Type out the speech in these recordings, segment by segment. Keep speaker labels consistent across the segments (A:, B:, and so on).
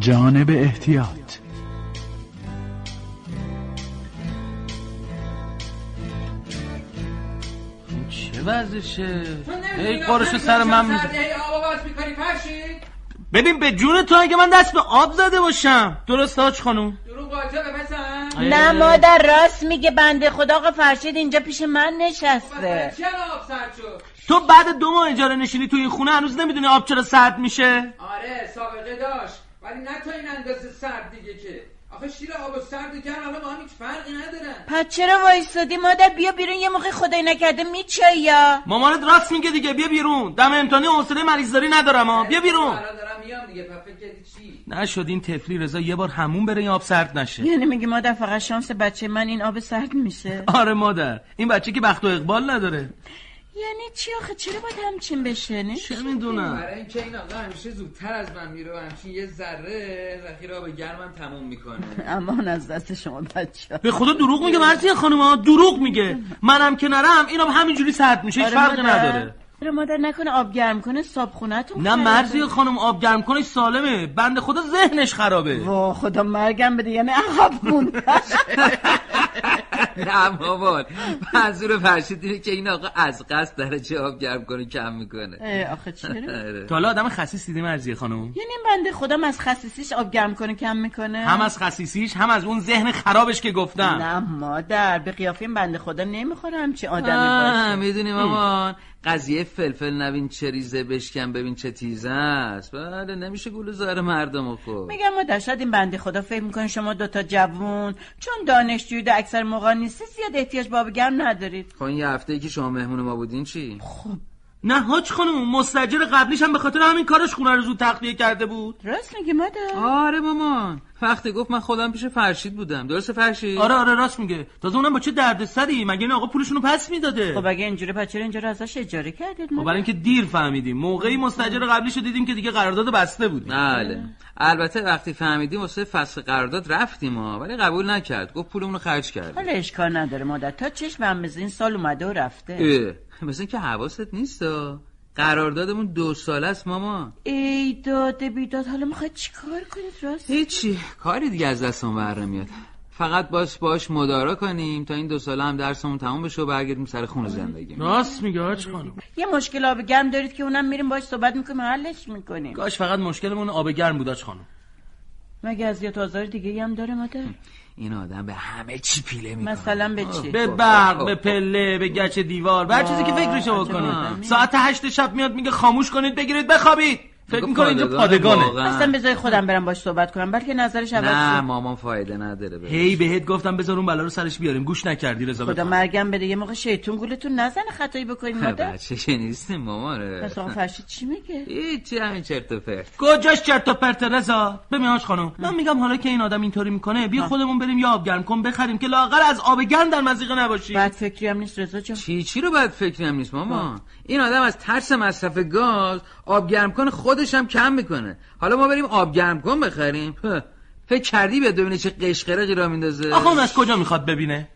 A: جانب احتیاط
B: چه وضعشه
C: نمی‌دونی
B: ای قرشو سر من می‌زنی.
C: سر- ای آب آباد میکنی پرشید
B: ببین به جون تو اگه من دست به آب زده باشم درست حاج خانم
C: درو قاطع بزن
D: نه مادر راست میگه بنده خدا آقا فرشید اینجا پیش من نشسته
C: چرا آب سرد شد
B: تو بعد دو ماه اجاره نشینی تو این خونه هنوز نمیدونی آب چرا سرد میشه
C: آره سابقه داشت ولی نه تا این اندازه سرد دیگه که آخه شیر آب و سرد و گرم الان با هم هیچ فرقی ندارن
D: پس چرا وایستادی مادر بیا بیرون یه موقع خدای نکرده میچایی یا
B: مامانت راست میگه دیگه بیا بیرون دم امتحانی حوصله مریضداری ندارم ها بیا بیرون
C: الان دارم میام دیگه پس فکر کردی چی
B: نشد این تفلی رضا یه بار همون بره این آب سرد نشه
D: یعنی میگی مادر فقط شانس بچه من این آب سرد میشه
B: آره مادر این بچه که بخت و اقبال نداره
D: یعنی چی آخه چرا باید همچین بشه یعنی نه؟
B: چه میدونم
C: برای اینکه این آقا همیشه زودتر از من میره و همچین یه ذره ذخیره آب گرمم تموم میکنه
D: امان از دست شما بچه
B: به خدا دروغ میگه مرسی خانم ها دروغ میگه منم که نرم این آب همینجوری سرد میشه هیچ فرقی نداره
D: آره مادر نکنه آب گرم کنه صاب خونتون
B: نه مرزی خانم آب گرم کنش سالمه بنده خدا ذهنش خرابه
D: وا خدا مرگم بده یعنی عقب مونده
C: نه مامان منظور فرشید اینه که این آقا از قصد درجه آب گرم کنه کم میکنه
D: اه، آخه چرا
C: آره
B: تا حالا آدم خسیس دیدی مرزی خانم
D: یعنی این بنده خودم از خصیصیش آب گرم کنه کم میکنه
B: هم از خسیسیش هم از اون ذهن خرابش که گفتم
D: نه مادر به قیافه این بنده خدا نمیخوره همچی آدمی
C: آه،
D: باشه
C: میدونی مامان قضیه فلفل نبین چه ریزه بشکن ببین چه تیزه است بله نمیشه گول زار مردم رو خورد
D: میگم ما شاید این بنده خدا فکر میکنه شما دوتا جوون چون دانشجوی در اکثر موقع نیستی زیاد احتیاج به آب گرم ندارید
C: خب این یه هفته ای که شما مهمون ما بودین چی؟
B: نه حاج خانم مستجر قبلیش هم به خاطر همین کارش خونه رو زود تخلیه کرده بود
D: راست میگی مادر
C: آره مامان وقتی گفت من خودم پیش فرشید بودم درسته فرشید؟
B: آره آره راست میگه تازه اونم با چه دردسری مگه این آقا پولشونو پس میداده
D: خب اگه اینجوری پس چرا اینجا رو ازش اجاره کردید
B: ما
D: مادر؟
B: برای اینکه دیر فهمیدیم موقعی مستجر قبلیشو دیدیم که دیگه قرارداد بسته بود
C: بله البته وقتی فهمیدیم واسه فصل قرارداد رفتیم ما ولی قبول نکرد گفت پولمون رو خرج کرد
D: حالا اشکال نداره مادر تا چشم هم بزن، این سال اومده و رفته
C: مثل اینکه حواست نیست آه. قراردادمون دو ساله است مامان
D: ای داده بیداد حالا میخواید چیکار کنید راست
C: هیچی کاری دیگه از دستمون بر میاد فقط باش باش مدارا کنیم تا این دو ساله هم درسمون تموم بشه و برگردیم سر خونه زندگی
B: راست میگه حاج خانم
D: یه مشکل آب گرم دارید که اونم میریم باش صحبت میکنیم حلش میکنیم
B: کاش فقط مشکلمون آب گرم بود حاج خانم
D: مگه از یه آزار دیگه هم داره مادر
C: این آدم به همه چی پیله میکنه
D: مثلا به چی
C: خب،
B: به برق به پله به گچ دیوار به هر چیزی که فکرشو بکنه ساعت هشت شب میاد میگه خاموش کنید بگیرید بخوابید فکر میکنه اینجا پادگانه
D: اصلا بذاری خودم برم باش صحبت کنم بلکه نظرش
C: نه
D: عوض شه.
C: مامان فایده نداره بهش.
B: هی بهت گفتم بذار اون بلا رو سرش بیاریم گوش نکردی رضا
D: خدا
B: بفهم.
D: مرگم بده یه موقع شیطون گولتون نزنه خطایی بکنید مادر
C: خب، بچه که نیستیم مامانه
D: پس آقا فرشید چی میگه
C: هیچی همین چرت و پرت
B: کجاش چرت و پرت رضا ببین حاج خانم من میگم حالا که این آدم اینطوری میکنه بیا خودمون بریم یه آب گرم کن بخریم که لاغر از آب گرم در مزیقه نباشی
D: بعد فکری هم نیست رضا جان
C: چی چی رو باید فکری هم نیست
B: خب.
C: مامان این آدم از ترس مصرف گاز آب گرم کن خودش هم کم میکنه حالا ما بریم آب گرم کن بخریم هه. فکر کردی بیاد ببینه چه قشقرقی را میندازه
B: خب. آخه اون از کجا میخواد ببینه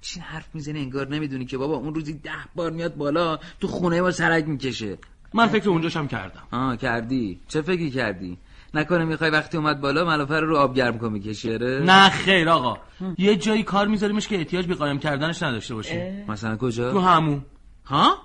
C: چی حرف میزنه انگار نمیدونی که بابا اون روزی ده بار میاد بالا تو خونه ما سرک میکشه
B: من فکر اونجاشم کردم
C: آه کردی چه فکری کردی نکنه میخوای وقتی اومد بالا ملافه رو رو آب گرم کن میکشی آره؟
B: نه خیر آقا یه جایی کار میذاریمش که احتیاج به قایم کردنش نداشته باشیم
C: مثلا
B: تو
C: کجا
B: همون
C: ها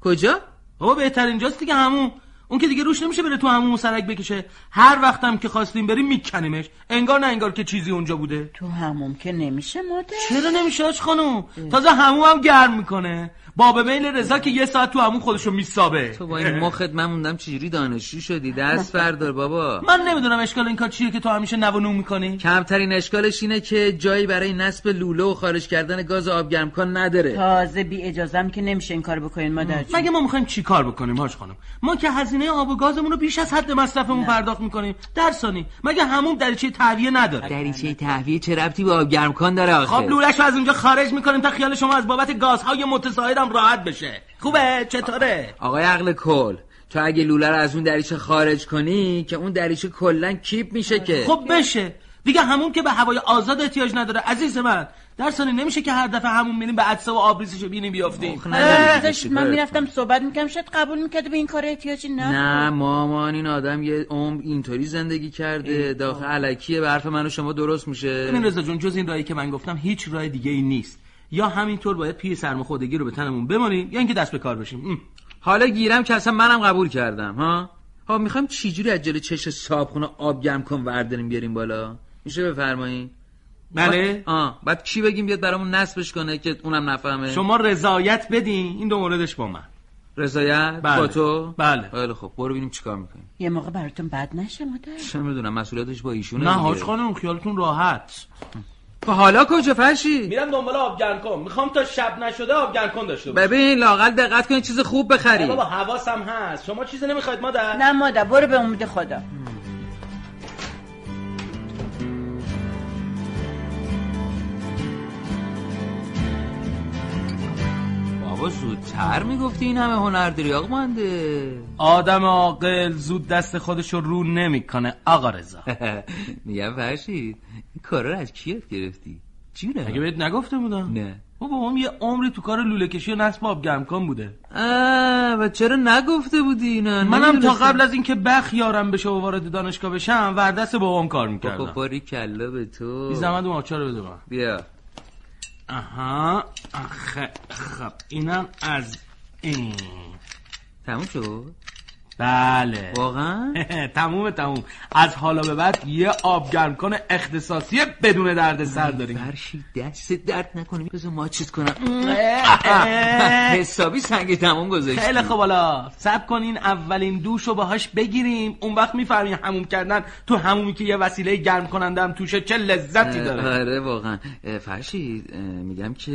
C: کجا
B: بابا بهترین جاست دیگه همون اون که دیگه روش نمیشه بره تو همون سرک بکشه هر وقتم که خواستیم بریم میکنیمش انگار نه انگار که چیزی اونجا بوده
D: تو هموم که نمیشه مادر
B: چرا نمیشه آج خانم تازه همون هم گرم میکنه با به میل رضا که یه ساعت تو همون خودشو میسابه
C: تو با این مخت من موندم چجوری دانشجو شدی دست بردار بابا
B: من نمیدونم اشکال این کار چیه که تو همیشه نو و نو میکنی
C: کمترین اشکالش اینه که جایی برای نصب لوله و خارج کردن گاز آب گرم کن نداره
D: تازه بی اجازم که نمیشه این کار بکنین مادر جون.
B: مگه ما میخوایم چی کار بکنیم حاج خانم ما که هزینه آب و گازمون رو بیش از حد مصرفمون پرداخت میکنیم در ثانی مگه همون دریچه تهویه نداره
C: دریچه تهویه چه ربطی به آب گرم کن داره آخه
B: خب لولش رو از اونجا خارج میکنیم تا خیال شما از بابت گازهای متساعدم راحت بشه خوبه چطوره
C: آقای عقل کل تو اگه لوله رو از اون دریچه خارج کنی که اون دریچه کلا کیپ میشه که
B: خب بشه دیگه همون که به هوای آزاد احتیاج نداره عزیز من در سانی نمیشه که هر دفعه همون میریم به عدسه و آبریزش بینیم بیافتیم
C: آخ، نداری.
D: خب، اه، داشت من میرفتم صحبت میکنم شاید قبول میکرده به این کار احتیاجی نه
C: نه مامان این آدم یه عمر اینطوری زندگی کرده داخل علکیه به حرف من و شما درست میشه
B: ببین رضا جون جز این راهی که من گفتم هیچ راه دیگه ای نیست یا همینطور باید پیر سرماخوردگی رو به تنمون بمانیم یا اینکه دست به کار بشیم ام.
C: حالا گیرم که اصلا منم قبول کردم ها ها میخوام چجوری از جلو چش صابخونه آب گرم کن ورداریم بیاریم بالا میشه بفرمایید
B: بله
C: آه بعد کی بگیم بیاد برامون نصبش کنه که اونم نفهمه
B: شما رضایت بدین این دو موردش با من
C: رضایت
B: بله.
C: با تو
B: بله.
C: خیلی خب برو ببینیم چیکار میکنیم
D: یه موقع براتون بد نشه مادر
C: چه میدونم مسئولیتش با ایشونه
B: نه
C: دیگه.
B: حاج خانم خیالتون راحت
C: خب حالا کجا فرشی
B: میرم دنبال آبگرکن میخوام تا شب نشده آبگرکن داشته باشم
C: ببین لاقل دقت کن چیز خوب بخری
B: بابا حواسم هست شما چیزی نمیخواید مادر
D: نه مادر برو به امید خدا
C: بابا زودتر میگفتی این همه هنر داری آقا مانده
B: آدم عاقل زود دست خودش رو رو نمیکنه آقا رضا
C: میگم فرشید این کارا رو از کی یاد گرفتی جونه
B: اگه بهت نگفته بودم
C: نه.
B: بابا هم یه عمری تو کار لوله کشی و نصب آبگرمکن بوده
C: آه و چرا نگفته بودی اینا
B: منم تا
C: نمی‌دونستم.
B: قبل از اینکه بخ یارم بشه و وارد دانشگاه بشم وردست بابام کار
C: بابا
B: میکردم
C: خب، باری کلا به تو
B: بی زحمت اون آبچه رو بده به من.
C: بیا
B: آها آخه خب اینم از این
C: تموم شد
B: بله
C: واقعا
B: تموم تموم از حالا به بعد یه آبگرمکن اختصاصی بدون دردسر داریم
C: فرشی دست درد نکنه بذار ما چیز کنم
B: اه، اه.
C: حسابی سنگ تموم گذاشتی
B: خیلی خوب حالا سب کنین اولین دوش رو باهاش بگیریم اون وقت میفهمین هموم کردن تو همومی که یه وسیله گرم کننده هم توشه چه لذتی داره
C: آره واقعا اه، فرشید اه، میگم که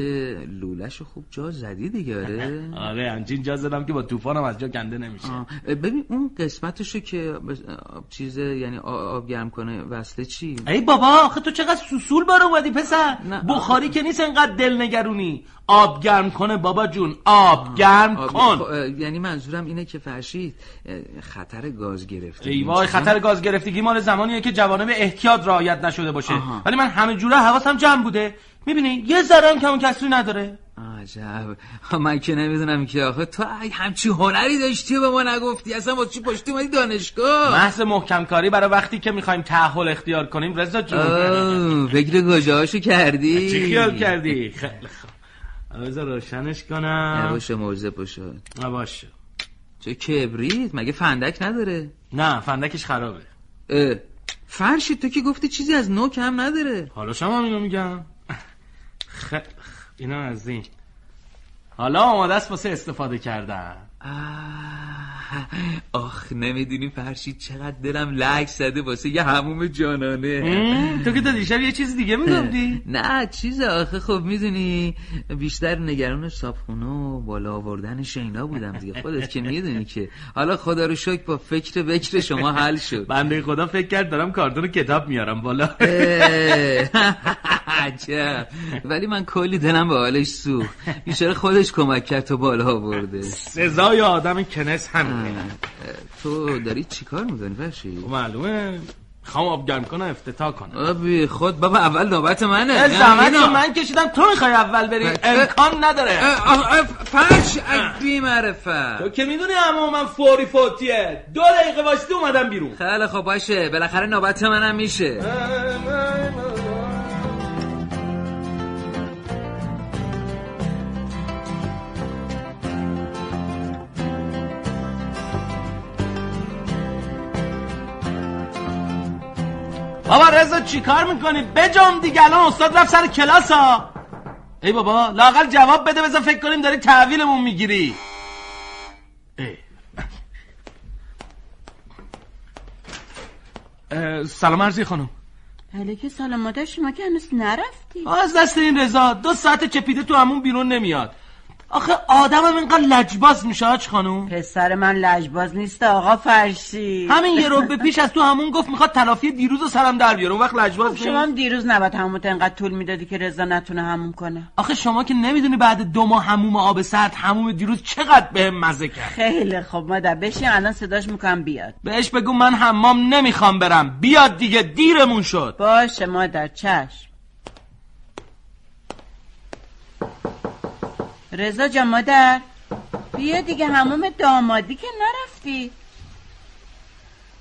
C: لولش خوب جا زدی دیگه آره
B: آره همچین جا زدم که با طوفانم از جا کنده نمیشه
C: آه، اه، ببین اون قسمتشو که بس- آه، چیز یعنی آ- آب گرم کنه وصله چی
B: ای بابا آخه تو چقدر سوسول بار اومدی پسر
C: نه.
B: بخاری که نیست انقدر دلنگرونی آب گرم کنه بابا جون آب گرم
C: آب- خب،
B: کن
C: اه، یعنی منظورم اینه که فرشید اه، خطر گاز گرفته
B: ای وای خطر گاز گرفتگی مال زمانیه که جوانب احتیاط رعایت نشده باشه
C: آها.
B: ولی من همه جوره حواسم جمع بوده میبینی یه ذره هم کمون کسری نداره
C: عجب من که نمیدونم که آخه تو اگه همچی هنری داشتی و به ما نگفتی اصلا با چی پشتی اومدی دانشگاه
B: محض محکم کاری برای وقتی که میخوایم تعهل اختیار کنیم رضا جون
C: اوه، فکر گجاهاشو کردی
B: چی خیال کردی خیلی خوب بذار روشنش کنم
C: نباشه مرزه باشد
B: نباشه
C: چه کبریت مگه فندک نداره
B: نه فندکش خرابه
C: اه، فرشید تو که گفتی چیزی از نو کم نداره
B: حالا شما هم اینو میگم خ... اینا از این حالا آماده است واسه استفاده کردن
C: آه، آخ نمیدونی فرشید چقدر دلم لک زده واسه یه هموم جانانه
B: ام، تو که تا دیشب یه چیز دیگه میگفتی
C: نه چیز آخه خب میدونی بیشتر نگران صابخونه و بالا آوردن شینا بودم دیگه خودت که میدونی که حالا خدا رو شکر با فکر بکر شما حل شد
B: بنده خدا فکر کرد دارم کارتون رو کتاب میارم بالا
C: اه، عجب ولی من کلی دلم به حالش سوخت بیچاره خودش کمک کرد تو بالا آورده
B: سزای آدم کنس همینه خب،
C: اه، تو داری چیکار میکنی فرشید
B: معلومه خوام آب گرم کنم افتتاح کنم
C: آبی خود بابا اول نوبت منه یعنی
B: زحمت
C: اینا.
B: رو من کشیدم تو میخوای اول بری
C: بچه.
B: امکان نداره
C: اه، آه، آه، فرش از بیمعرفت
B: تو که میدونی اما من فوری فوتیه دو دقیقه واسطه اومدم بیرون
C: خیلی خب باشه بالاخره نوبت منم میشه
B: بابا رضا چیکار میکنی بجام دیگه الان استاد رفت سر کلاس ها ای بابا لاقل جواب بده بذار فکر کنیم داری تحویلمون میگیری سلام عرضی خانم
D: علیک سلام مادر شما که هنوز نرفتی
B: از دست این رضا دو ساعت چپیده تو همون بیرون نمیاد آخه آدمم اینقدر لجباز میشه آج خانوم
D: پسر من لجباز نیست آقا فرشی
B: همین یه رو به پیش از تو همون گفت میخواد تلافی دیروز رو سرم در بیاره اون وقت لجباز نیست
D: خب شما هم دیروز نباید همومت انقدر طول میدادی که رضا نتونه هموم کنه
B: آخه شما که نمیدونی بعد دو ماه هموم آب سرد هموم دیروز چقدر به مزه کرد
D: خیلی خب مادر بشین الان صداش میکنم بیاد
B: بهش بگو من حمام نمیخوام برم بیاد دیگه دیرمون شد
D: باشه مادر چشم رضا جان مادر بیا دیگه هموم دامادی که نرفتی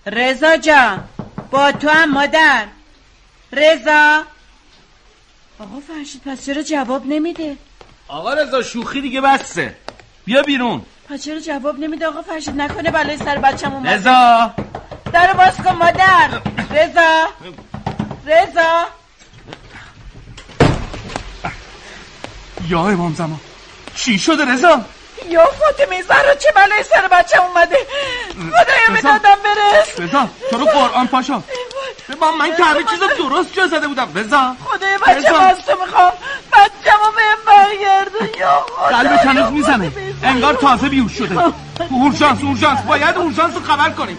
D: رضا جان با تو هم مادر رضا آقا فرشید پس چرا جواب نمیده
B: آقا رضا شوخی دیگه بسه بیا بیرون
D: پس چرا جواب نمیده آقا فرشید نکنه بلای سر بچم اومده
B: رضا
D: در باز کن مادر رضا رضا
B: یا امام زمان چی شده رضا
D: یا فاطمه زهرا چه بلای سر بچم اومده خدایا
B: رضا.
D: به دادم برس
B: رضا تو رو قرآن پاشا با من که همه چیز رو درست جا زده بودم رضا
D: خدایا بچم
B: رضا.
D: از تو میخوام بچم بهم برگردون یا خدا
B: قلب
D: یا
B: هنوز میزنه
D: فاطمه زهرا.
B: انگار تازه بیهوش شده اورژانس اورژانس باید اورژانس رو خبر کنیم